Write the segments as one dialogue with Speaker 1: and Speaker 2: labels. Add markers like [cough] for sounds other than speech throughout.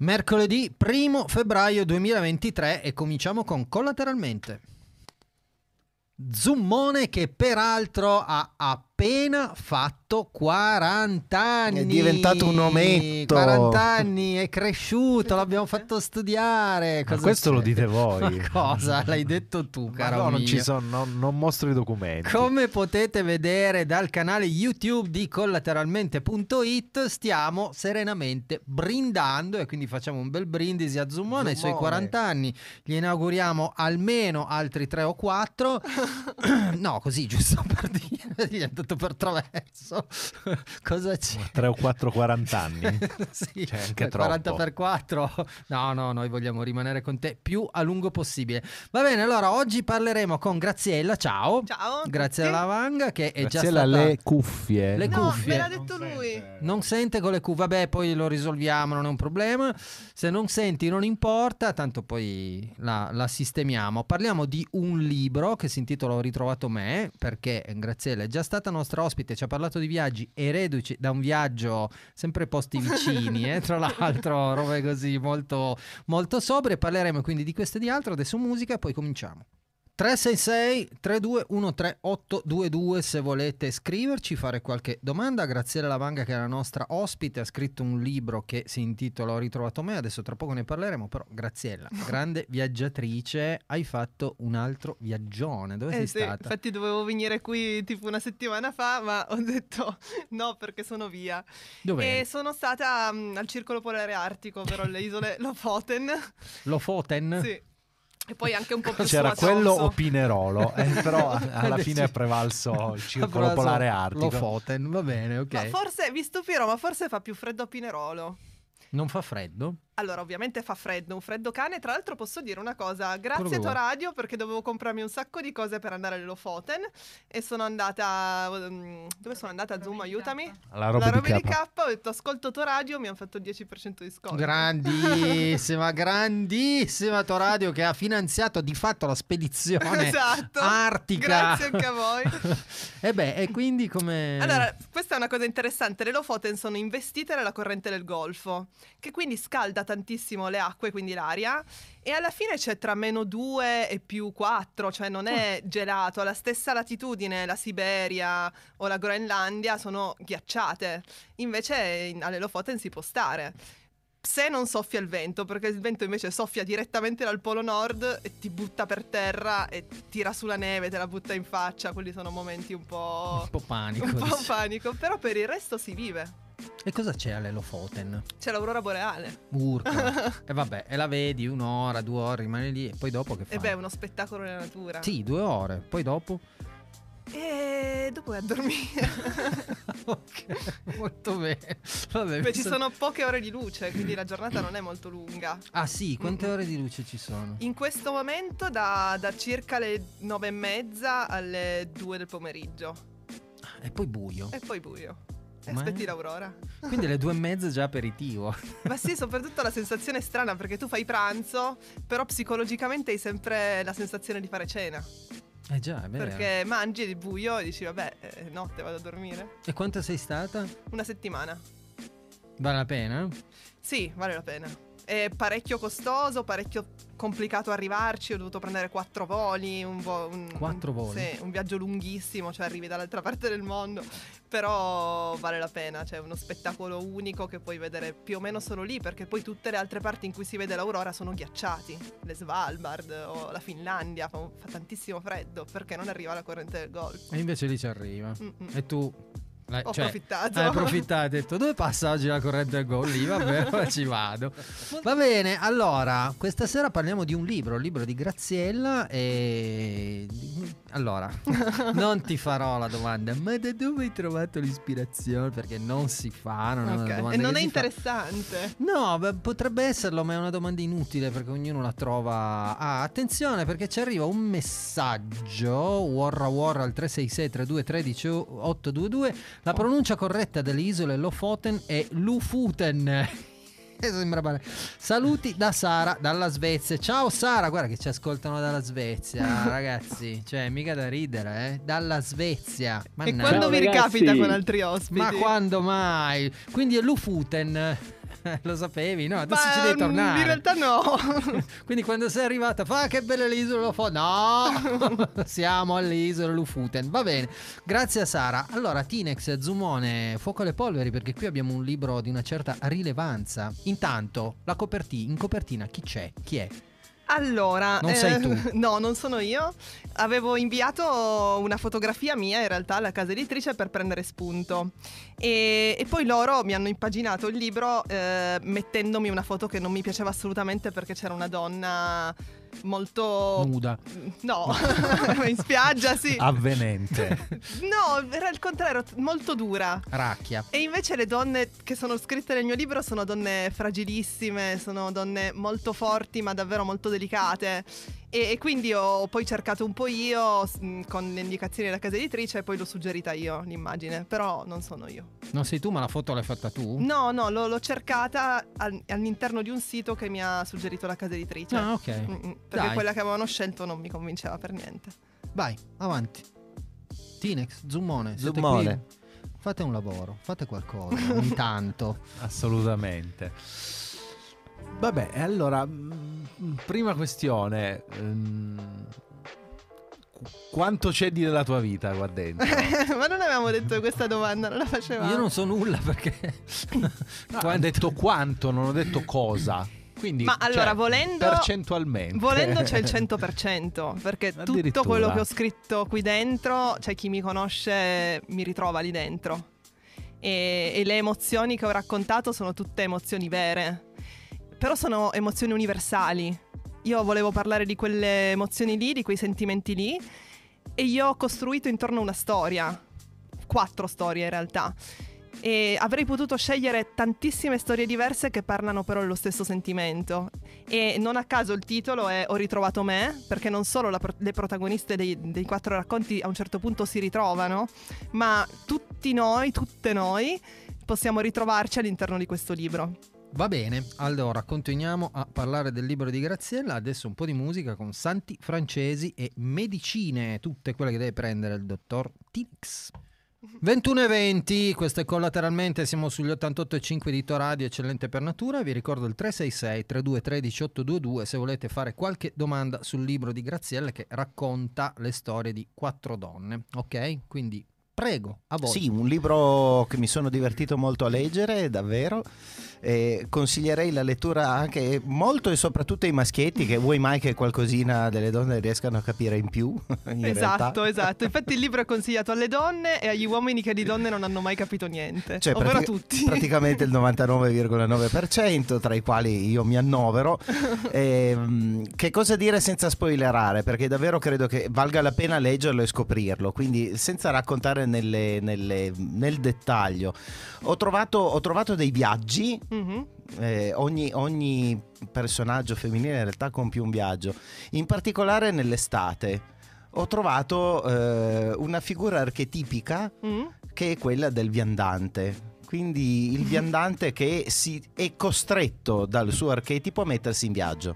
Speaker 1: Mercoledì 1 febbraio 2023 e cominciamo con collateralmente. Zummone che peraltro ha appena fatto 40 anni.
Speaker 2: È diventato un ometto.
Speaker 1: 40 anni, è cresciuto, l'abbiamo fatto studiare.
Speaker 3: Ma
Speaker 1: Cosa
Speaker 3: questo lo
Speaker 1: c'è?
Speaker 3: dite voi.
Speaker 1: Ma cosa? L'hai detto tu,
Speaker 3: Ma
Speaker 1: caro
Speaker 3: no, non ci
Speaker 1: mio.
Speaker 3: sono, non, non mostro i documenti.
Speaker 1: Come potete vedere dal canale YouTube di collateralmente.it stiamo serenamente brindando e quindi facciamo un bel brindisi a Zummone ai suoi
Speaker 2: Zummone.
Speaker 1: 40 anni, gli inauguriamo almeno altri 3 o
Speaker 3: [laughs]
Speaker 1: 4. no, così giusto per dire, gli è andato per traverso. [laughs] Cosa c'è?
Speaker 3: 3 o 4 40 [laughs] anni.
Speaker 1: [laughs] sì,
Speaker 3: Cioè, anche
Speaker 1: per 40
Speaker 3: troppo.
Speaker 1: per 4. No, no, noi vogliamo rimanere con te più a lungo possibile. Va bene, allora oggi parleremo con Graziella. Ciao.
Speaker 4: Ciao. a
Speaker 1: Grazie
Speaker 4: tutti.
Speaker 1: alla Vanga che è
Speaker 3: Grazie
Speaker 1: già
Speaker 3: alla
Speaker 1: stata...
Speaker 3: le cuffie.
Speaker 1: Le
Speaker 4: No,
Speaker 1: cuffie.
Speaker 4: me l'ha detto lui.
Speaker 1: Non sente con le Q, vabbè, poi lo risolviamo, non è un problema. Se non senti non importa, tanto poi la, la sistemiamo. Parliamo di un libro che si intitola Ho ritrovato me, perché eh, Graziella è già stata nostra ospite, ci ha parlato di viaggi e reduci da un viaggio sempre posti vicini, eh, tra l'altro, robe così molto, molto sobrie. Parleremo quindi di questo e di altro, adesso musica e poi cominciamo. 366 3213 822 se volete scriverci, fare qualche domanda. Graziella Lavanga che è la nostra ospite ha scritto un libro che si intitola Ho ritrovato me, adesso tra poco ne parleremo, però
Speaker 4: [laughs]
Speaker 1: Graziella, grande viaggiatrice, hai fatto un altro viaggione, dove sei
Speaker 4: Eh sì,
Speaker 1: stata?
Speaker 4: infatti dovevo venire qui tipo una settimana fa, ma [laughs] ho detto no perché sono via.
Speaker 1: Dove?
Speaker 4: E sono stata mm, al Circolo Polare Artico, ovvero le
Speaker 1: [laughs]
Speaker 4: isole Lofoten.
Speaker 1: Lofoten?
Speaker 4: sì. E poi anche un po' più
Speaker 3: C'era
Speaker 4: su a
Speaker 3: quello
Speaker 4: Tromso.
Speaker 3: o [laughs] Pinerolo, eh, però
Speaker 4: [laughs]
Speaker 3: a- alla
Speaker 1: Sì.
Speaker 3: fine è [laughs] prevalso il
Speaker 1: Ha
Speaker 3: circolo
Speaker 1: preso
Speaker 3: polare artico.
Speaker 1: Lofoten, va bene, ok.
Speaker 4: Ma forse, vi stupirò, ma forse fa più freddo a Pinerolo.
Speaker 1: non fa freddo?
Speaker 4: Allora, ovviamente fa freddo, un freddo cane. Tra l'altro posso dire una cosa,
Speaker 1: Quello che
Speaker 4: grazie
Speaker 1: vuoi.
Speaker 4: Toradio perché dovevo comprarmi un sacco di cose per andare alle Lofoten e sono andata... mm, dove sono andata? Zoom, aiutami.
Speaker 3: La roba
Speaker 4: la roba
Speaker 3: di
Speaker 4: di
Speaker 3: K.
Speaker 4: K, ho detto ascolto Toradio, mi hanno fatto il 10% di sconto. [laughs]
Speaker 1: Grandissima, grandissima Toradio che ha finanziato di fatto la spedizione
Speaker 4: Esatto.
Speaker 1: artica.
Speaker 4: Grazie anche
Speaker 1: [laughs]
Speaker 4: a voi.
Speaker 1: e beh, e quindi come...
Speaker 4: Allora, questa è una cosa interessante, le Lofoten sono investite nella corrente del Golfo, che quindi scalda tantissimo le acque, quindi l'aria, e alla fine c'è tra meno 2 e più 4, cioè non è gelato, alla stessa latitudine la Siberia o la Groenlandia sono ghiacciate, invece in- alle Lofoten si può stare. Se non soffia il vento, perché il vento invece soffia direttamente dal polo nord e ti butta per terra e tira sulla neve, te la butta in faccia, quelli sono momenti un po'
Speaker 1: Un po' panico.
Speaker 4: un po'
Speaker 1: dice.
Speaker 4: panico, però per il resto si vive.
Speaker 1: E cosa c'è alle Lofoten?
Speaker 4: C'è l'aurora boreale. [laughs]
Speaker 1: Urca. e vabbè, e la vedi un'ora, due ore, rimane lì e poi dopo che fai?
Speaker 4: E beh, è uno spettacolo della natura.
Speaker 1: Sì, due ore, poi
Speaker 4: [laughs]
Speaker 1: dopo...
Speaker 4: E dopo vai
Speaker 1: [laughs]
Speaker 4: a dormire.
Speaker 1: ok, molto bene. Vabbè,
Speaker 4: Beh,
Speaker 1: mi
Speaker 4: ci sono poche ore di luce, quindi la giornata non è molto lunga.
Speaker 1: Ah sì, quante
Speaker 4: Mm-mm.
Speaker 1: ore di luce ci sono?
Speaker 4: [laughs] In questo momento da, da circa le nove e mezza alle due del pomeriggio.
Speaker 1: E poi buio.
Speaker 4: E poi buio. E
Speaker 1: Ma-
Speaker 4: aspetti l'aurora.
Speaker 1: Quindi
Speaker 4: [laughs]
Speaker 1: alle due e mezza già aperitivo.
Speaker 4: Ma sì, soprattutto la sensazione è strana perché tu fai pranzo, però psicologicamente hai sempre la sensazione di fare cena.
Speaker 1: Eh già, è vero.
Speaker 4: Perché mangi di buio e dici, vabbè, è notte, vado a dormire.
Speaker 1: E quanto sei stata?
Speaker 4: Una settimana.
Speaker 1: Vale la pena?
Speaker 4: Sì, vale la pena. È parecchio costoso, parecchio complicato arrivarci. Ho dovuto prendere quattro voli. Un vo- un-
Speaker 1: Quattro voli?
Speaker 4: Sì, un viaggio lunghissimo, cioè arrivi dall'altra [laughs] parte del mondo. Però vale la pena, cioè è uno spettacolo unico che puoi vedere più o meno solo lì, perché poi tutte le altre parti in cui si vede l'aurora sono ghiacciati. Le Svalbard o la Finlandia, fa, fa tantissimo freddo, perché non arriva la corrente del Golfo.
Speaker 1: E invece lì ci arriva.
Speaker 4: Mm, mm.
Speaker 1: E tu... l'hai-
Speaker 4: Ho
Speaker 1: cioè,
Speaker 4: approfittato.
Speaker 1: Hai approfittato, hai detto dove passa oggi la corrente del gol? Lì,
Speaker 4: [laughs]
Speaker 1: vabbè, ora ci vado. Va bene, allora, questa sera parliamo di un libro, il libro di Graziella e... Allora, non ti farò la domanda, ma da dove hai trovato l'ispirazione? Perché non si fa, non è
Speaker 4: [laughs] Ok.
Speaker 1: una domanda
Speaker 4: E non
Speaker 1: che
Speaker 4: è
Speaker 1: si fa.
Speaker 4: interessante.
Speaker 1: No, beh, potrebbe esserlo, ma è una domanda inutile perché ognuno la trova. Ah, attenzione perché ci arriva un messaggio. Warra Warra al 366 3213 822. La pronuncia corretta delle isole Lofoten è Lufuten. [laughs] Eh, Sembra male. Saluti da Sara dalla Svezia. Ciao Sara, guarda che ci ascoltano dalla Svezia, ragazzi. Cioè, mica da ridere, eh. Dalla Svezia.
Speaker 4: E
Speaker 1: Mannaggia.
Speaker 4: quando
Speaker 5: Ciao,
Speaker 4: vi
Speaker 5: ragazzi.
Speaker 4: ricapita con altri ospiti?
Speaker 1: Ma quando mai? Quindi è Lufuten. [laughs] Lo sapevi, no? Adesso
Speaker 4: Ma, mm,
Speaker 1: ci devi tornare.
Speaker 4: In
Speaker 1: [laughs]
Speaker 4: realtà no.
Speaker 1: Quindi quando sei arrivata, fa "Ah, che bella l'isola Lofoten. No,
Speaker 4: [laughs]
Speaker 1: siamo all'isola Lufuten. Va bene, grazie a Sara. Allora, Tinex, Zumone, Fuoco alle polveri, perché qui abbiamo un libro di una certa rilevanza. Intanto, la copertina, in copertina chi c'è? Chi è?
Speaker 4: Allora, eh,
Speaker 1: Non sei tu.
Speaker 4: [laughs] No, non sono io. Avevo inviato una fotografia mia in realtà alla casa editrice per prendere spunto. E, e poi loro mi hanno impaginato il libro eh, mettendomi una foto che non mi piaceva assolutamente perché c'era una donna molto...
Speaker 1: Nuda.
Speaker 4: No,
Speaker 3: [laughs]
Speaker 4: [laughs] in spiaggia sì.
Speaker 1: Ah.
Speaker 3: Avvenente. [laughs]
Speaker 4: No, era il contrario, t- molto dura.
Speaker 1: Racchia.
Speaker 4: E invece le donne che sono scritte nel mio libro sono donne fragilissime, sono donne molto forti ma davvero molto delicate. E, e quindi ho poi cercato un po' io s- mh, con le indicazioni della casa editrice e poi l'ho suggerita io l'immagine, però non sono io.
Speaker 1: Non sei tu, ma la foto l'hai fatta tu?
Speaker 4: No, no, l'ho, l'ho cercata al- all'interno di un sito che mi ha suggerito la casa editrice.
Speaker 1: Ah, ok.
Speaker 4: Mm, mm, perché
Speaker 1: Dai.
Speaker 4: quella che avevano scelto non mi convinceva per niente. [laughs]
Speaker 1: Vai, avanti. Tinex, Zumone, siete
Speaker 2: Zumone.
Speaker 1: qui? Fate un lavoro, fate qualcosa, ogni tanto.
Speaker 3: Assolutamente. Vabbè, e allora, mh, prima questione. ehm, qu- quanto c'è di della tua vita qua dentro? [laughs]
Speaker 4: Ma non avevamo detto che questa domanda, non la facevamo.
Speaker 1: Io non so nulla perché...
Speaker 3: No, ho
Speaker 1: Quando-
Speaker 3: detto quanto, non ho detto cosa. Quindi,
Speaker 4: Ma
Speaker 3: cioè,
Speaker 4: allora, volendo-
Speaker 3: percentualmente.
Speaker 1: [laughs]
Speaker 3: [laughs]
Speaker 4: Volendo c'è il 100%, perché tutto
Speaker 3: Addirittura.
Speaker 4: quello che ho scritto qui dentro, cioè chi mi conosce mi ritrova lì dentro. E, e le emozioni che ho raccontato sono tutte emozioni vere, però sono emozioni universali. Io volevo parlare di quelle emozioni lì, di quei sentimenti lì, e io ho costruito intorno a una storia, quattro storie in realtà. E avrei potuto scegliere tantissime storie diverse che parlano però dello stesso sentimento. E non a caso il titolo è Ho ritrovato me, perché non solo la pro- le protagoniste dei, dei quattro racconti a un certo punto si ritrovano, ma tutti noi, tutte noi, possiamo ritrovarci all'interno di questo libro.
Speaker 1: Va bene, allora continuiamo a parlare del libro di Graziella, adesso un po' di musica con santi francesi e medicine, tutte quelle che deve prendere il dottor Tix. 21.20, questo è collateralmente, siamo sugli 88.5 di Toradio, eccellente per natura, vi ricordo il 366 3213 822 se volete fare qualche domanda sul libro di Graziella che racconta le storie di quattro donne, ok? Quindi prego, a voi.
Speaker 2: Sì, un libro che mi sono divertito molto a leggere, davvero. E consiglierei la lettura anche molto e soprattutto ai maschietti, che vuoi mai che qualcosina delle donne riescano a capire in più. [laughs] in
Speaker 4: esatto,
Speaker 2: realtà.
Speaker 4: esatto. Infatti il libro è consigliato alle donne e agli uomini che di donne non hanno mai capito niente.
Speaker 2: Cioè,
Speaker 4: ovvero
Speaker 2: pratica-
Speaker 4: a tutti.
Speaker 2: [laughs] praticamente il 99,9%, tra i quali io
Speaker 4: [laughs]
Speaker 2: mi annovero. Ehm, che cosa dire senza spoilerare? Perché davvero credo che valga la pena leggerlo e scoprirlo, quindi senza raccontare nelle- nelle- nel dettaglio. Ho trovato, ho trovato dei viaggi,
Speaker 4: [laughs] Mhm.
Speaker 2: eh, ogni, ogni personaggio femminile in realtà compie un viaggio, in particolare nell'estate. Ho trovato eh, una figura archetipica
Speaker 4: Mhm.
Speaker 2: che è quella del viandante. Quindi il viandante che si è costretto dal suo archetipo a mettersi in viaggio.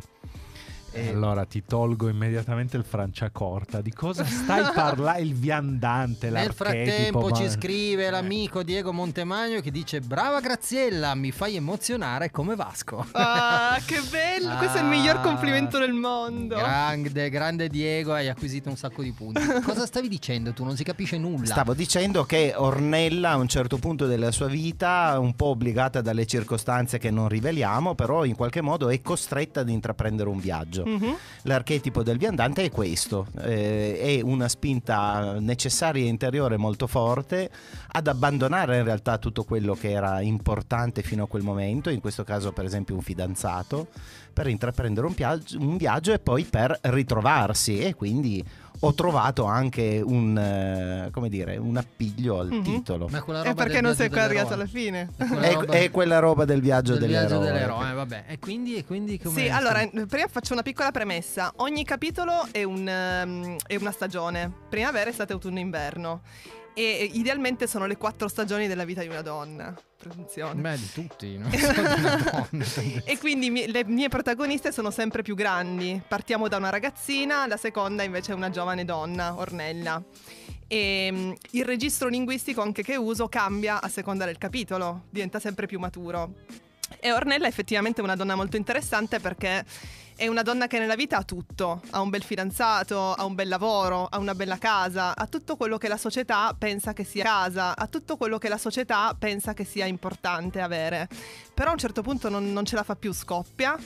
Speaker 3: Eh,
Speaker 2: Eh,
Speaker 3: Allora ti tolgo immediatamente il franciacorta. Di cosa stai parlando? Il viandante,
Speaker 1: Nel
Speaker 3: l'archetipo,
Speaker 1: frattempo
Speaker 3: ma-
Speaker 1: ci scrive
Speaker 3: Eh.
Speaker 1: l'amico Diego Montemagno che dice Brava Graziella, mi fai emozionare come Vasco.
Speaker 4: Ah, che bello! Questo è il miglior
Speaker 1: Ah,
Speaker 4: complimento del mondo.
Speaker 1: Grande, grande Diego, hai acquisito un sacco di
Speaker 4: [laughs]
Speaker 1: punti. Cosa stavi dicendo tu? Non si capisce nulla.
Speaker 2: Stavo dicendo che Ornella a un certo punto della sua vita, un po' obbligata dalle circostanze che non riveliamo, però in qualche modo è costretta ad intraprendere un viaggio.
Speaker 4: Mhm.
Speaker 2: L'archetipo del viandante è questo, eh, è una spinta necessaria e interiore molto forte ad abbandonare in realtà tutto quello che era importante fino a quel momento, in questo caso per esempio un fidanzato, per intraprendere un, piag- un viaggio e poi per ritrovarsi e quindi ho trovato anche un, eh, come dire, un appiglio al
Speaker 4: Mhm.
Speaker 2: titolo.
Speaker 1: Ma quella roba
Speaker 4: E perché
Speaker 1: del
Speaker 4: non sei
Speaker 1: viaggio
Speaker 4: ancora arrivato alla
Speaker 1: dell'eroe.
Speaker 4: fine?
Speaker 1: quella
Speaker 2: È,
Speaker 1: roba
Speaker 2: è quella roba del viaggio
Speaker 1: del viaggio
Speaker 2: dell'eroe.
Speaker 1: dell'eroe, Eh, vabbè. E quindi, e quindi come
Speaker 4: Sì, allora eh, prima faccio una piccola premessa. Ogni capitolo è, un, ehm, è una stagione: primavera, estate, autunno, inverno. E eh, idealmente sono le quattro stagioni della vita di una donna. Presunzione.
Speaker 1: Beh, di tutti,
Speaker 4: [laughs]
Speaker 1: no? Madonna.
Speaker 4: E quindi mi- le mie protagoniste sono sempre più grandi. Partiamo da una ragazzina, la seconda invece è una giovane donna, Ornella. E mm, il registro linguistico anche che uso cambia a seconda del capitolo, diventa sempre più maturo. E Ornella è effettivamente una donna molto interessante perché è una donna che nella vita ha tutto, ha un bel fidanzato, ha un bel lavoro, ha una bella casa, ha tutto quello che la società pensa che sia casa, ha tutto quello che la società pensa che sia importante avere. Però a un certo punto non, non ce la fa più, scoppia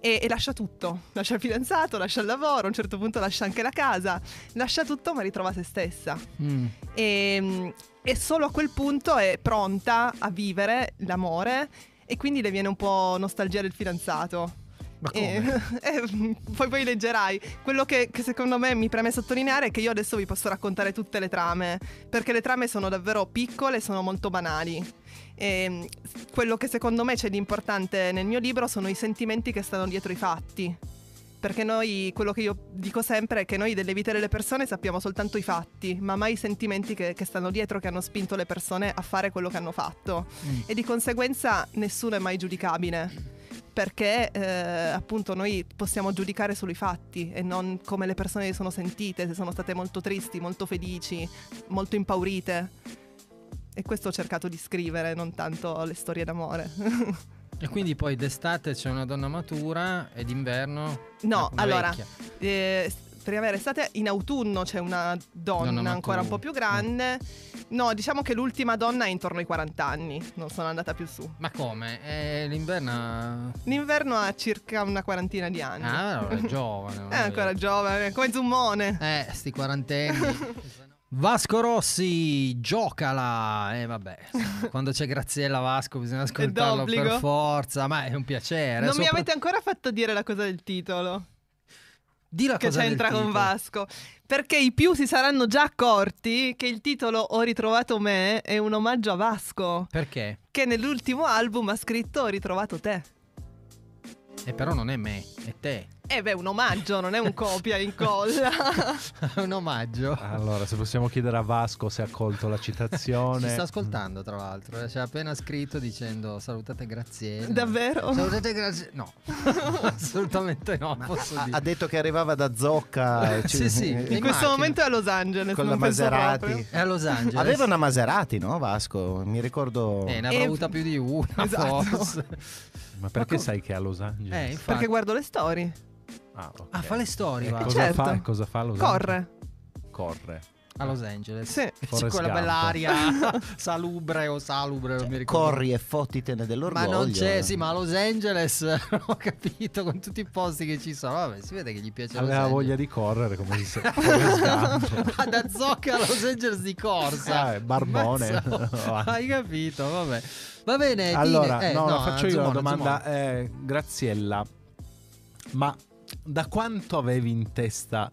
Speaker 4: e, e lascia tutto, lascia il fidanzato, lascia il lavoro, a un certo punto lascia anche la casa, lascia tutto ma ritrova se stessa.
Speaker 1: Mm.
Speaker 4: E, e solo a quel punto è pronta a vivere l'amore e quindi le viene un po' nostalgia del fidanzato.
Speaker 1: Ma
Speaker 4: [laughs] E-
Speaker 1: come?
Speaker 4: eh, poi poi leggerai. Quello che, che secondo me mi preme sottolineare è che io adesso vi posso raccontare tutte le trame, perché le trame sono davvero piccole, sono molto banali. E, Ehm, quello che secondo me c'è di importante nel mio libro sono i sentimenti che stanno dietro i fatti. Perché noi, quello che io dico sempre è che noi delle vite delle persone sappiamo soltanto i fatti, ma mai i sentimenti che, che stanno dietro, che hanno spinto le persone a fare quello che hanno fatto.
Speaker 1: Mm.
Speaker 4: E di conseguenza nessuno è mai giudicabile. Perché eh, appunto noi possiamo giudicare solo i fatti e non come le persone si sono sentite, se sono state molto tristi, molto felici, molto impaurite. E questo ho cercato di scrivere, non tanto le storie d'amore. [laughs]
Speaker 1: E quindi poi d'estate c'è una donna matura e d'inverno...
Speaker 4: No,
Speaker 1: una
Speaker 4: allora,
Speaker 1: vecchia.
Speaker 4: Eh, s- primavera, estate, in autunno c'è una donna
Speaker 1: Donna
Speaker 4: ancora
Speaker 1: matura.
Speaker 4: un po' più grande. No, diciamo che l'ultima donna è intorno ai 40 anni, non sono andata più su.
Speaker 1: Ma come? Eh,
Speaker 4: [laughs]
Speaker 1: l'inverno...
Speaker 4: L'inverno ha circa una quarantina di anni. [laughs]
Speaker 1: Ah, allora è giovane. non
Speaker 4: È ancora
Speaker 1: vero.
Speaker 4: giovane, come Zummone.
Speaker 1: Eh, sti
Speaker 4: [laughs]
Speaker 1: quarantenni. Vasco Rossi, giocala! E vabbè, quando c'è Graziella Vasco bisogna ascoltarlo per
Speaker 4: d'obbligo.
Speaker 1: forza, ma è un piacere.
Speaker 4: non mi
Speaker 1: Sopra-
Speaker 4: avete ancora fatto dire la cosa del titolo,
Speaker 1: Di la
Speaker 4: che
Speaker 1: cosa del
Speaker 4: c'entra con
Speaker 1: titolo.
Speaker 4: Vasco. Perché i più si saranno già accorti che il titolo Ho ritrovato me è un omaggio a Vasco,
Speaker 1: Perché?
Speaker 4: che nell'ultimo album ha scritto Ho ritrovato te.
Speaker 1: E Eh, però non è me, è te.
Speaker 4: Eh beh, un omaggio, non è un copia e incolla.
Speaker 1: [laughs] un omaggio.
Speaker 3: Allora, se possiamo chiedere a Vasco se ha colto la citazione.
Speaker 1: [laughs] Ci sta ascoltando, tra l'altro. eh, Ci ha appena scritto dicendo salutate Graziella.
Speaker 4: [laughs] Davvero?
Speaker 1: Salutate Graziella.
Speaker 4: [laughs]
Speaker 1: No, assolutamente no. Posso
Speaker 2: Ha,
Speaker 1: dire.
Speaker 2: ha detto che arrivava da Zocca.
Speaker 1: [laughs]
Speaker 2: cioè,
Speaker 1: Sì,
Speaker 2: eh,
Speaker 1: sì,
Speaker 4: In
Speaker 1: in
Speaker 4: questo
Speaker 1: macchina.
Speaker 4: momento è a Los Angeles,
Speaker 2: Con la
Speaker 4: non penso proprio.
Speaker 2: Maserati.
Speaker 1: È a Los Angeles.
Speaker 2: Aveva una Maserati, no Vasco? Mi ricordo...
Speaker 1: Eh, ne avrà
Speaker 4: E-
Speaker 1: avuta più di una,
Speaker 4: Ehm, Esatto.
Speaker 1: forse.
Speaker 3: Mm. Ma perché
Speaker 1: Ma co-
Speaker 3: sai che è a Los Angeles?
Speaker 1: Eh, infatti.
Speaker 4: Perché guardo le storie.
Speaker 3: Ah, ok.
Speaker 1: Ah, fa le storie,
Speaker 3: E
Speaker 1: va.
Speaker 3: Eh, cosa,
Speaker 4: Certo.
Speaker 3: fa, cosa fa a Los Angeles?
Speaker 4: Corre.
Speaker 3: Corre. Ah.
Speaker 1: a Los Angeles.
Speaker 4: Sì.
Speaker 1: C'è
Speaker 3: Forrest
Speaker 1: quella
Speaker 3: Gump.
Speaker 1: bell'aria salubre o salubre, non mi ricordo.
Speaker 2: Corri e fottitene
Speaker 1: Ma
Speaker 2: dell'orgoglio.
Speaker 1: non c'è, sì, ma a Los Angeles [laughs] ho capito con tutti i posti che ci sono. Vabbè, si vede che gli piace Los
Speaker 3: Aveva
Speaker 1: Angeles.
Speaker 3: voglia di correre come
Speaker 1: [laughs]
Speaker 3: si sa. Forrest Gump.
Speaker 1: Ma Ah, da zocca a Los Angeles di corsa.
Speaker 3: Eh, barbone. [laughs]
Speaker 1: Mazza, Hai capito, vabbè. Va bene, Dine-
Speaker 3: allora,
Speaker 1: eh,
Speaker 3: no, faccio io
Speaker 1: Zumone,
Speaker 3: una domanda.
Speaker 1: Zumone.
Speaker 3: Eh, Graziella, ma da quanto avevi in testa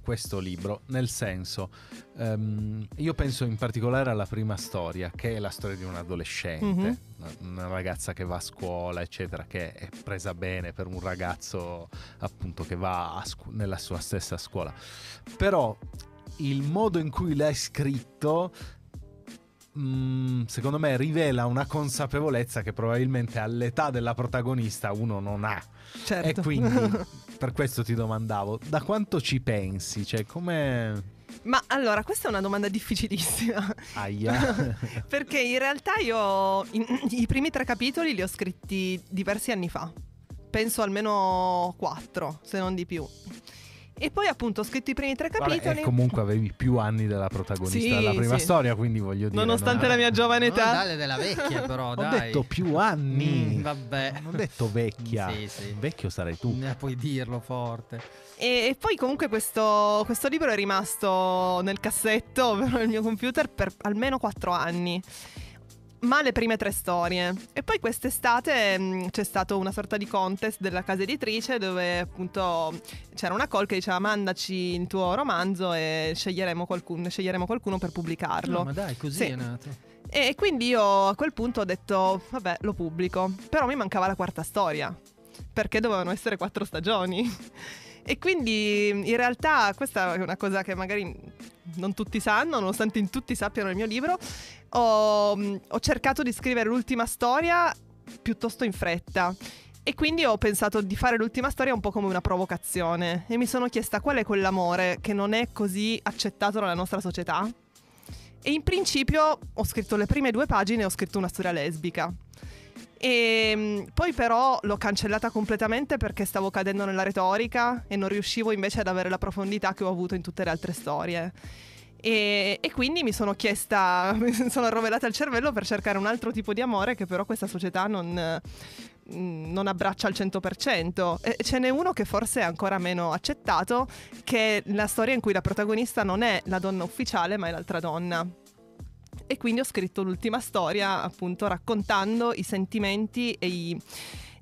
Speaker 3: questo libro? Nel senso, ehm, io penso in particolare alla prima storia, che è la storia di un adolescente,
Speaker 4: Mhm.
Speaker 3: una- una ragazza che va a scuola, eccetera, che è presa bene per un ragazzo appunto che va a scu- nella sua stessa scuola. Però il modo in cui l'hai scritto mm, secondo me rivela una consapevolezza che probabilmente all'età della protagonista uno non ha
Speaker 4: Certo.
Speaker 3: e
Speaker 4: [laughs]
Speaker 3: quindi per questo ti domandavo da quanto ci pensi cioè come
Speaker 4: Ma allora, questa è una domanda difficilissima. [laughs]
Speaker 3: aia
Speaker 4: Perché in realtà io in- i primi tre capitoli li ho scritti diversi anni fa. Penso almeno quattro, se non di più. E poi appunto ho scritto i primi tre
Speaker 3: Vabbè,
Speaker 4: capitoli.
Speaker 3: e comunque avevi più anni della protagonista
Speaker 4: Sì,
Speaker 3: della prima
Speaker 4: sì.
Speaker 3: storia quindi voglio dire
Speaker 4: Nonostante
Speaker 3: non-
Speaker 4: la mia giovane
Speaker 1: Non
Speaker 4: età.
Speaker 1: dale della vecchia, però,
Speaker 3: [laughs] ho
Speaker 1: dai.
Speaker 3: detto più anni
Speaker 1: Mm, vabbè.
Speaker 3: non ho detto vecchia
Speaker 1: Sì, sì.
Speaker 3: vecchio sarei tu
Speaker 1: Eh, Puoi dirlo forte.
Speaker 4: E, e poi comunque questo, questo libro è rimasto nel cassetto, ovvero nel mio computer, per almeno quattro anni. Ma le prime tre storie. E poi quest'estate mh, c'è stato una sorta di contest della casa editrice dove appunto c'era una call che diceva mandaci il tuo romanzo e sceglieremo qualcuno, sceglieremo qualcuno per pubblicarlo.
Speaker 1: No, ma dai, così
Speaker 4: Sì.
Speaker 1: è nato.
Speaker 4: E quindi io a quel punto ho detto, vabbè, lo pubblico. Però mi mancava la quarta storia, perché dovevano essere quattro stagioni. [laughs] E quindi in realtà questa è una cosa che magari non tutti sanno, nonostante in tutti sappiano il mio libro, ho, mm, ho cercato di scrivere l'ultima storia piuttosto in fretta. E quindi ho pensato di fare l'ultima storia un po' come una provocazione e mi sono chiesta qual è quell'amore che non è così accettato dalla nostra società. E in principio ho scritto le prime due pagine e ho scritto una storia lesbica. E mh, poi però l'ho cancellata completamente perché stavo cadendo nella retorica e non riuscivo invece ad avere la profondità che ho avuto in tutte le altre storie. E, e quindi mi sono chiesta, mi [laughs] sono arrovelata il cervello per cercare un altro tipo di amore che però questa società non, mh, non abbraccia al 100%. E ce n'è uno che forse è ancora meno accettato, che è la storia in cui la protagonista non è la donna ufficiale ma è l'altra donna. E quindi ho scritto l'ultima storia appunto raccontando i sentimenti e i-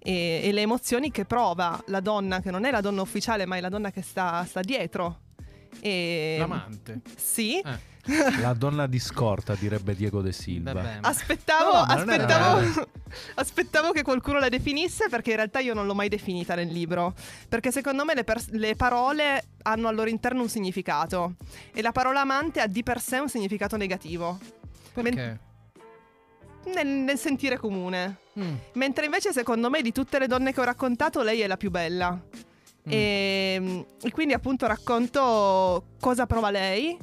Speaker 4: e- e le emozioni che prova la donna, che non è la donna ufficiale ma è la donna che sta, sta dietro.
Speaker 3: ehm,
Speaker 4: E...
Speaker 1: L'amante.
Speaker 4: Sì,
Speaker 1: Eh,
Speaker 3: La donna di scorta, direbbe Diego De Silva.
Speaker 1: vabbè, ma-
Speaker 4: aspettavo,
Speaker 3: No, no, ma non era
Speaker 4: [laughs] aspettavo, aspettavo che qualcuno la definisse perché in realtà io non l'ho mai definita nel libro, perché secondo me le, pers- le parole hanno al loro interno un significato e la parola amante ha di per sé un significato negativo
Speaker 1: perché?
Speaker 4: nel- nel sentire comune.
Speaker 1: Mm,
Speaker 4: Mentre invece secondo me di tutte le donne che ho raccontato lei è la più bella. E, e quindi appunto racconto cosa prova lei.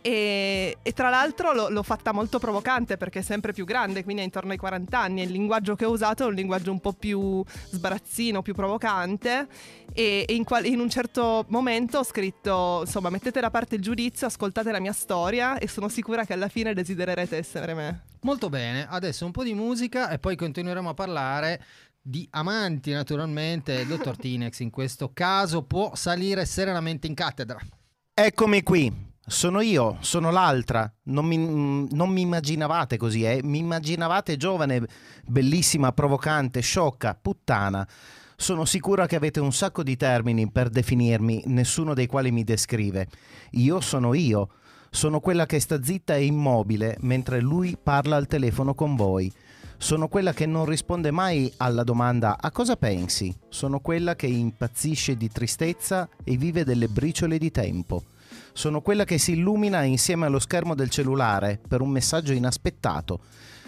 Speaker 4: E, e tra l'altro l'ho, l'ho fatta molto provocante perché è sempre più grande, quindi è intorno ai 40 anni. e Il linguaggio che ho usato è un linguaggio un po' più sbarazzino, più provocante. E, e in, qual- in un certo momento ho scritto: insomma, mettete da parte il giudizio, ascoltate la mia storia e sono sicura che alla fine desidererete essere me.
Speaker 1: Molto bene, adesso un po' di musica e poi continueremo a parlare di amanti naturalmente. Il
Speaker 2: [laughs]
Speaker 1: dottor Tinex in questo caso può salire serenamente in cattedra.
Speaker 2: Eccomi qui. Sono io, sono l'altra. Non mi, mm, non mi immaginavate così, eh. Mi immaginavate giovane, bellissima, provocante, sciocca, puttana. Sono sicura che avete un sacco di termini per definirmi, nessuno dei quali mi descrive. Io sono io. Sono quella che sta zitta e immobile mentre lui parla al telefono con voi. Sono quella che non risponde mai alla domanda a cosa pensi. Sono quella che impazzisce di tristezza e vive delle briciole di tempo. Sono quella che si illumina insieme allo schermo del cellulare per un messaggio inaspettato.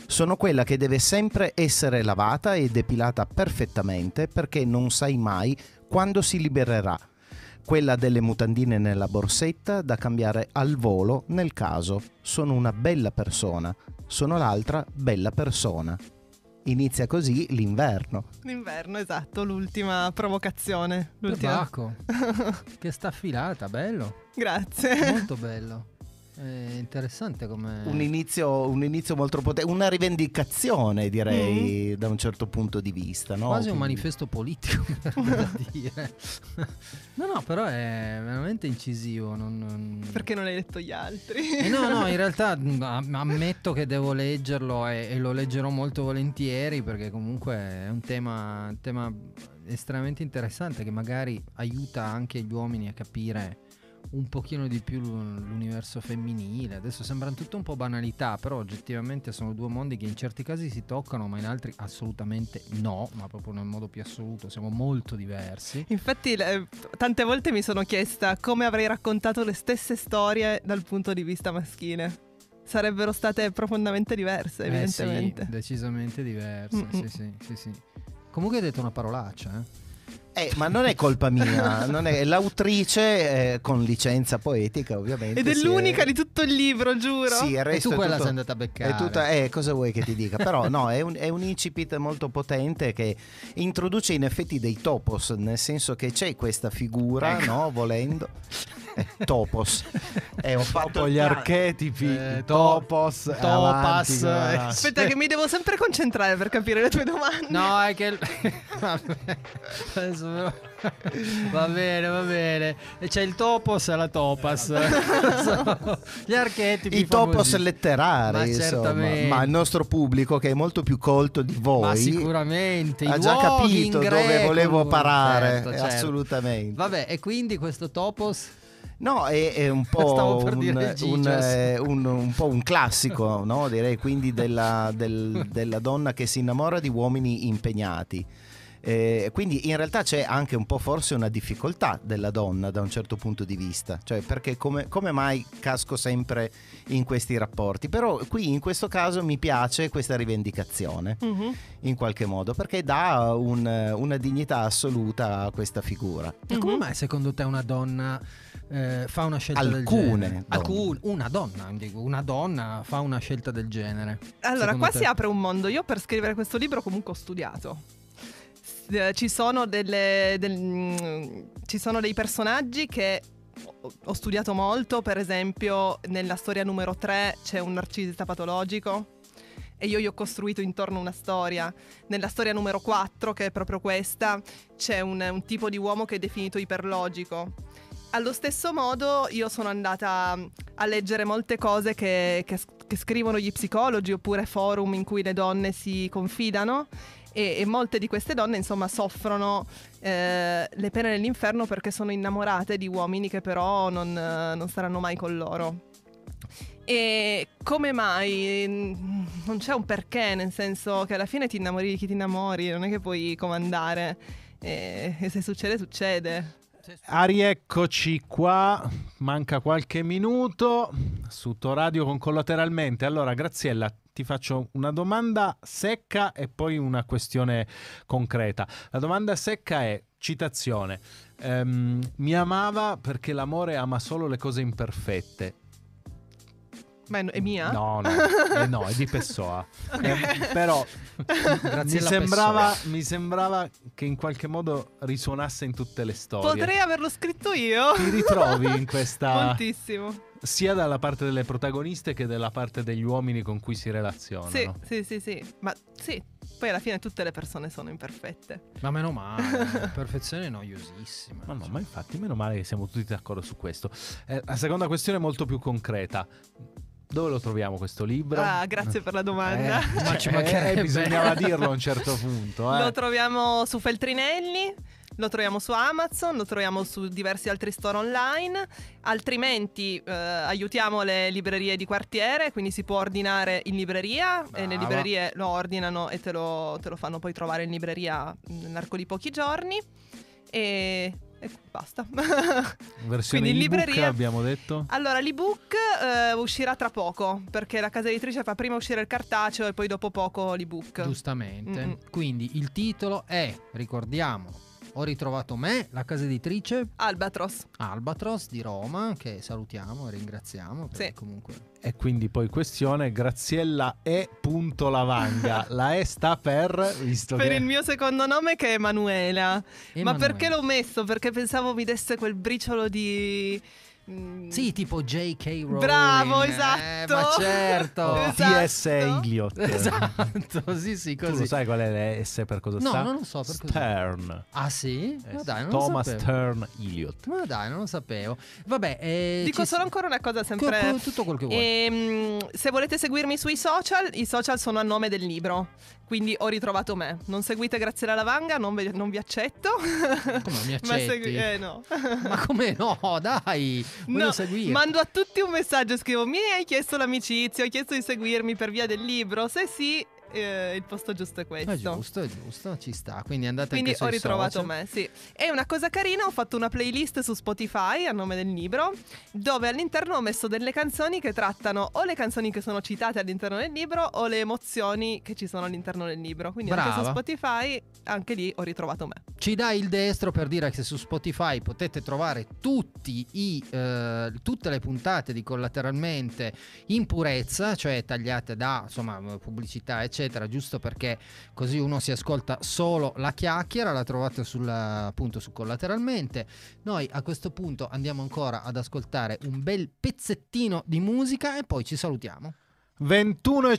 Speaker 2: Sono quella che deve sempre essere lavata e depilata perfettamente perché non sai mai quando si libererà. Quella delle mutandine nella borsetta da cambiare al volo nel caso. Sono una bella persona, sono l'altra bella persona. Inizia così l'inverno.
Speaker 4: L'inverno, esatto, l'ultima provocazione. L'ultima.
Speaker 2: [laughs]
Speaker 1: Tabacco, che sta affilata, bello,
Speaker 4: Grazie.
Speaker 1: molto bello. Eh, interessante come...
Speaker 2: Un inizio, un inizio molto potente, una rivendicazione direi da un certo punto di vista. No?
Speaker 1: Mm. Quasi un
Speaker 2: Quindi-
Speaker 1: manifesto politico, [laughs] mi verrebbe da
Speaker 2: [laughs]
Speaker 1: dire. No, no, però è veramente incisivo. non- non-
Speaker 4: [laughs] Perché non hai letto gli altri?
Speaker 1: Eh no, no, in realtà mh, am- ammetto che devo leggerlo e, e lo leggerò molto volentieri perché comunque è un tema, un tema estremamente interessante che magari aiuta anche gli uomini a capire un pochino di più l'u- l'universo femminile. Adesso sembrano tutto un po' banalità, però oggettivamente sono due mondi che in certi casi si toccano, ma in altri assolutamente no, ma proprio nel modo più assoluto, siamo molto diversi.
Speaker 4: [laughs]
Speaker 1: Eh,
Speaker 4: Infatti, le- tante volte mi sono chiesta come avrei raccontato le stesse storie dal punto di vista maschile. Sarebbero state profondamente diverse,
Speaker 1: Eh sì,
Speaker 4: evidentemente.
Speaker 1: decisamente diversi.
Speaker 4: Mm-mm.
Speaker 1: Sì, sì, sì, sì. Comunque hai detto una parolaccia, eh?
Speaker 2: Eh, ma non è colpa mia, non è- l'autrice eh, con licenza poetica ovviamente.
Speaker 4: Ed è
Speaker 2: si
Speaker 4: l'unica di tutto il libro, giuro.
Speaker 2: Sì, il
Speaker 1: E
Speaker 2: resto
Speaker 1: tu
Speaker 2: è
Speaker 1: quella
Speaker 2: tutto-
Speaker 1: sei andata a beccare.
Speaker 2: È tutta, eh, cosa vuoi che ti dica? Però no, è un, è un incipit molto potente che introduce in effetti dei topos, nel senso che c'è questa figura, no, volendo. Eh, topos. Eh, ho fatto
Speaker 3: Dopo gli
Speaker 2: il piano.
Speaker 3: archetipi,
Speaker 1: Eh,
Speaker 3: i topos,
Speaker 1: to-
Speaker 3: eh, avanti,
Speaker 1: topas,
Speaker 3: guarda.
Speaker 1: eh,
Speaker 4: Aspetta, che mi devo sempre concentrare per capire le tue domande.
Speaker 1: No, è [laughs] che. Vabbè. Adesso me lo- Va bene, va bene. E c'è il topos e la
Speaker 2: [laughs]
Speaker 1: topas. Sono Gli archetipi.
Speaker 2: I topos
Speaker 1: famosi.
Speaker 2: letterari,
Speaker 1: Ma
Speaker 2: insomma,
Speaker 1: certamente.
Speaker 2: ma il nostro pubblico che è molto più colto di voi
Speaker 1: Ma sicuramente. i
Speaker 2: ha già
Speaker 1: luoghi
Speaker 2: capito
Speaker 1: in
Speaker 2: dove
Speaker 1: greco.
Speaker 2: volevo parare,
Speaker 1: Certo,
Speaker 2: eh,
Speaker 1: certo.
Speaker 2: assolutamente.
Speaker 1: Vabbè, e quindi questo topos.
Speaker 2: No, è, è un
Speaker 1: [laughs]
Speaker 2: po'
Speaker 1: Stavo per
Speaker 2: un,
Speaker 1: dire
Speaker 2: un,
Speaker 1: Gigios.
Speaker 2: eh, un- un po'
Speaker 1: [laughs]
Speaker 2: un classico, no? direi quindi della, del- della donna che si innamora di uomini impegnati. Eh, quindi in realtà c'è anche un po' forse una difficoltà della donna da un certo punto di vista, cioè perché come, come mai casco sempre in questi rapporti? Però qui in questo caso mi piace questa rivendicazione
Speaker 1: Mm.
Speaker 4: Mhm.
Speaker 2: in qualche modo perché dà un- una dignità assoluta a questa figura.
Speaker 1: E come
Speaker 4: Mhm.
Speaker 1: mai secondo te una donna eh, fa una scelta del
Speaker 2: Alcune
Speaker 1: genere?
Speaker 2: donne.
Speaker 1: Alcune, una donna, dico, una donna fa una scelta del genere.
Speaker 4: Allora,
Speaker 1: Secondo
Speaker 4: qua
Speaker 1: te?
Speaker 4: si apre un mondo. Io per scrivere questo libro comunque ho studiato. S- eh, Ci sono, delle, del- mm, ci sono dei personaggi che ho- ho studiato molto, per esempio nella storia numero 3 c'è un narcisista patologico e io gli ho costruito intorno una storia. Nella storia numero 4, che è proprio questa, c'è un, un tipo di uomo che è definito iperlogico. Allo stesso modo io sono andata mm, a leggere molte cose che, che s- che scrivono gli psicologi oppure forum in cui le donne si confidano e, e molte di queste donne insomma soffrono eh, le pene dell'inferno perché sono innamorate di uomini che però non, eh, non saranno mai con loro. E come mai? Mm, Non c'è un perché, nel senso che alla fine ti innamori di chi ti innamori, non è che puoi comandare. eh, E, e se succede, succede.
Speaker 3: Ah, rieccoci qua, manca qualche minuto su Toradio con collateralmente. Allora, Graziella, ti faccio una domanda secca e poi una questione concreta. La domanda secca è, citazione, ehm, mi amava perché l'amore ama solo le cose imperfette.
Speaker 4: Ma è, è mia?
Speaker 3: No, no, eh, no, è di Pessoa.
Speaker 4: [laughs] Ok.
Speaker 3: Eh, però mi
Speaker 1: Graziella
Speaker 3: sembrava, mi sembrava che in qualche modo risuonasse in tutte le storie.
Speaker 4: [laughs] Potrei averlo scritto io.
Speaker 3: Ti ritrovi in questa-
Speaker 4: [laughs] Moltissimo.
Speaker 3: sia dalla parte delle protagoniste che dalla parte degli uomini con cui si relazionano.
Speaker 4: Sì, sì, sì, sì. Ma sì, poi alla fine tutte le persone sono imperfette.
Speaker 1: Ma meno male, perfezione noiosissima.
Speaker 3: Ma no, ma infatti, meno male che siamo tutti d'accordo su questo. Eh, la seconda questione è molto più concreta. Dove lo troviamo questo libro?
Speaker 4: Ah, grazie per la domanda.
Speaker 3: Eh,
Speaker 1: Ma ci
Speaker 3: eh,
Speaker 1: mancherebbe.
Speaker 3: bisognava dirlo a un [laughs] certo punto. eh.
Speaker 4: Lo troviamo su Feltrinelli, lo troviamo su Amazon, lo troviamo su diversi altri store online. Altrimenti eh, aiutiamo le librerie di quartiere, quindi si può ordinare in libreria e le
Speaker 3: Brava.
Speaker 4: librerie lo ordinano e te lo, te lo fanno poi trovare in libreria nell'arco di pochi giorni. E, e basta. [laughs]
Speaker 3: Versione
Speaker 4: Quindi in
Speaker 3: ebook,
Speaker 4: libreria- Ah.
Speaker 3: abbiamo detto.
Speaker 4: Allora, l'ebook eh, uscirà tra poco, perché la casa editrice fa prima uscire il cartaceo e poi dopo poco l'ebook.
Speaker 1: Giustamente.
Speaker 4: Mm-mm.
Speaker 1: Quindi il titolo è, ricordiamo, Ho ritrovato me, la casa editrice
Speaker 4: Albatros.
Speaker 1: Albatros di Roma, che salutiamo e ringraziamo. perché comunque...
Speaker 3: E quindi poi questione Graziella E. Lavanga. La E sta per, visto
Speaker 4: Per
Speaker 3: che
Speaker 4: il mio secondo nome che è Emanuela. Ma
Speaker 1: Emanuele.
Speaker 4: perché l'ho messo? Perché pensavo mi desse quel briciolo di... mm,
Speaker 1: Sì, tipo J.K. Rowling.
Speaker 4: Bravo,
Speaker 1: eh,
Speaker 4: esatto.
Speaker 1: ma certo.
Speaker 4: [laughs] Esatto.
Speaker 3: TS Eliot.
Speaker 1: Esatto, sì, sì,
Speaker 3: Tu
Speaker 1: così.
Speaker 3: lo sai qual è la S per cosa
Speaker 1: No,
Speaker 3: sta?
Speaker 1: non lo so per cosa-
Speaker 3: Stern.
Speaker 1: Ah, sì?
Speaker 3: Eh
Speaker 1: Ma
Speaker 3: sì,
Speaker 1: dai, non
Speaker 3: Thomas
Speaker 1: lo sapevo.
Speaker 3: Stern Eliot.
Speaker 1: Ma dai, non lo sapevo. Vabbè, eh,
Speaker 4: Dico
Speaker 1: ci-
Speaker 4: solo ancora una cosa sempre...
Speaker 1: Co- co- tutto quel che vuoi.
Speaker 4: Ehm, se volete seguirmi sui social, i social sono a nome del libro, quindi ho ritrovato me. Non seguite grazie alla lavanga, non vi, non vi accetto.
Speaker 1: [laughs]
Speaker 4: [laughs]
Speaker 1: Come mi
Speaker 4: Ma
Speaker 1: accetti?
Speaker 4: segui- eh, no.
Speaker 1: Ma come no? Dai, voglio
Speaker 4: No,
Speaker 1: seguire.
Speaker 4: Mando a tutti un messaggio, scrivo mi hai chiesto l'amicizia, hai chiesto di seguirmi per via del libro, se sì eh, il posto giusto è questo.
Speaker 1: È giusto, è giusto, ci sta. Quindi andate
Speaker 4: Quindi
Speaker 1: anche
Speaker 4: ho
Speaker 1: sui
Speaker 4: ritrovato
Speaker 1: social.
Speaker 4: me, sì. E una cosa carina, ho fatto una playlist su Spotify a nome del libro, dove all'interno ho messo delle canzoni che trattano o le canzoni che sono citate all'interno del libro o le emozioni che ci sono all'interno del libro. Quindi anche su
Speaker 1: Brava.
Speaker 4: Spotify, anche lì ho ritrovato me.
Speaker 1: Ci dai il destro per dire che su Spotify potete trovare tutti i, eh, tutte le puntate di collateralmente in purezza, cioè tagliate da insomma, pubblicità, eccetera, giusto perché così uno si ascolta solo la chiacchiera, la trovate sul, appunto su collateralmente. Noi a questo punto andiamo ancora ad ascoltare un bel pezzettino di musica e poi ci salutiamo.
Speaker 3: 21 e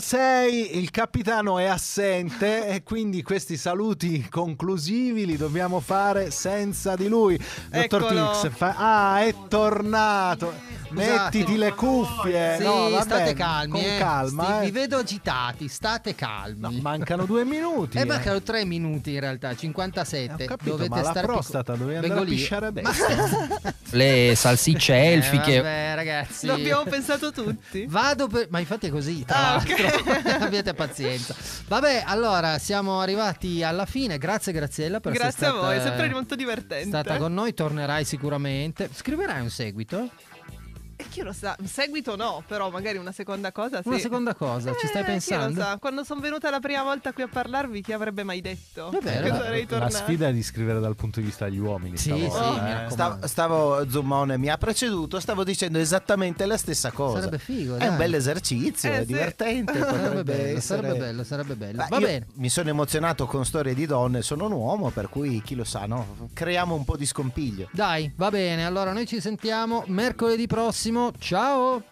Speaker 3: 56, il capitano è assente [laughs] e quindi questi saluti conclusivi li dobbiamo fare senza di lui. Dottor
Speaker 4: Eccolo.
Speaker 3: Tix fa... Ah, è tornato!
Speaker 1: scusate.
Speaker 3: Mettiti le cuffie.
Speaker 1: Sì,
Speaker 3: Eh, no, vabbè,
Speaker 1: state calmi.
Speaker 3: Con
Speaker 1: eh.
Speaker 3: calma.
Speaker 1: Sti-
Speaker 3: eh.
Speaker 1: Vi vedo agitati, state calmi.
Speaker 3: No, mancano due minuti.
Speaker 1: Eh,
Speaker 3: eh.
Speaker 1: mancano tre minuti in realtà, 57.
Speaker 3: Eh, ho capito,
Speaker 1: Dovete
Speaker 3: ma la
Speaker 1: stare
Speaker 3: prostata dovevi
Speaker 1: Vengo
Speaker 3: andare a
Speaker 1: lì.
Speaker 3: pisciare
Speaker 1: Ma-
Speaker 3: adesso.
Speaker 5: Le Eh, salsicce elfiche.
Speaker 1: [laughs] Eh, vabbè, ragazzi.
Speaker 4: L'abbiamo [laughs]
Speaker 1: [laughs]
Speaker 4: pensato tutti.
Speaker 1: Vado per... Ma infatti è così, tra
Speaker 4: Ah,
Speaker 1: l'altro.
Speaker 4: ok. [laughs]
Speaker 1: Abbiate pazienza. Vabbè, allora siamo arrivati alla fine. Grazie Graziella per essere
Speaker 4: Grazie a
Speaker 1: stata-
Speaker 4: voi, è sempre molto divertente.
Speaker 1: Stata con noi, tornerai sicuramente. Scriverai un seguito?
Speaker 4: Ah, E chi lo sa, un seguito no, però magari una seconda cosa sì.
Speaker 1: Una seconda cosa, ci stai
Speaker 4: Eh, Chi
Speaker 1: pensando?
Speaker 4: lo sa, quando sono venuta la prima volta qui a parlarvi, chi avrebbe mai detto?
Speaker 1: È vero,
Speaker 4: che
Speaker 1: la-
Speaker 4: sarei
Speaker 3: La
Speaker 4: tornata.
Speaker 3: sfida è di scrivere dal punto di vista degli uomini.
Speaker 1: Sì,
Speaker 3: stavolta,
Speaker 1: sì, mi
Speaker 3: eh.
Speaker 1: raccomando.
Speaker 2: Stavo, stavo- Zummone mi ha preceduto, stavo dicendo esattamente la stessa cosa.
Speaker 1: Sarebbe figo,
Speaker 2: È
Speaker 1: dai.
Speaker 2: un bel esercizio,
Speaker 4: Eh,
Speaker 2: è
Speaker 4: sì.
Speaker 2: divertente.
Speaker 1: [laughs] Sarebbe
Speaker 2: potrebbe
Speaker 1: bello,
Speaker 2: essere-
Speaker 1: sarebbe bello, sarebbe bello.
Speaker 2: Beh,
Speaker 1: Va
Speaker 2: io
Speaker 1: bene.
Speaker 2: Mi sono emozionato con storie di donne, sono un uomo, per cui chi lo sa, no? Creiamo un po' di scompiglio.
Speaker 1: Dai, va bene. Allora noi ci sentiamo mercoledì prossimo. Ciao!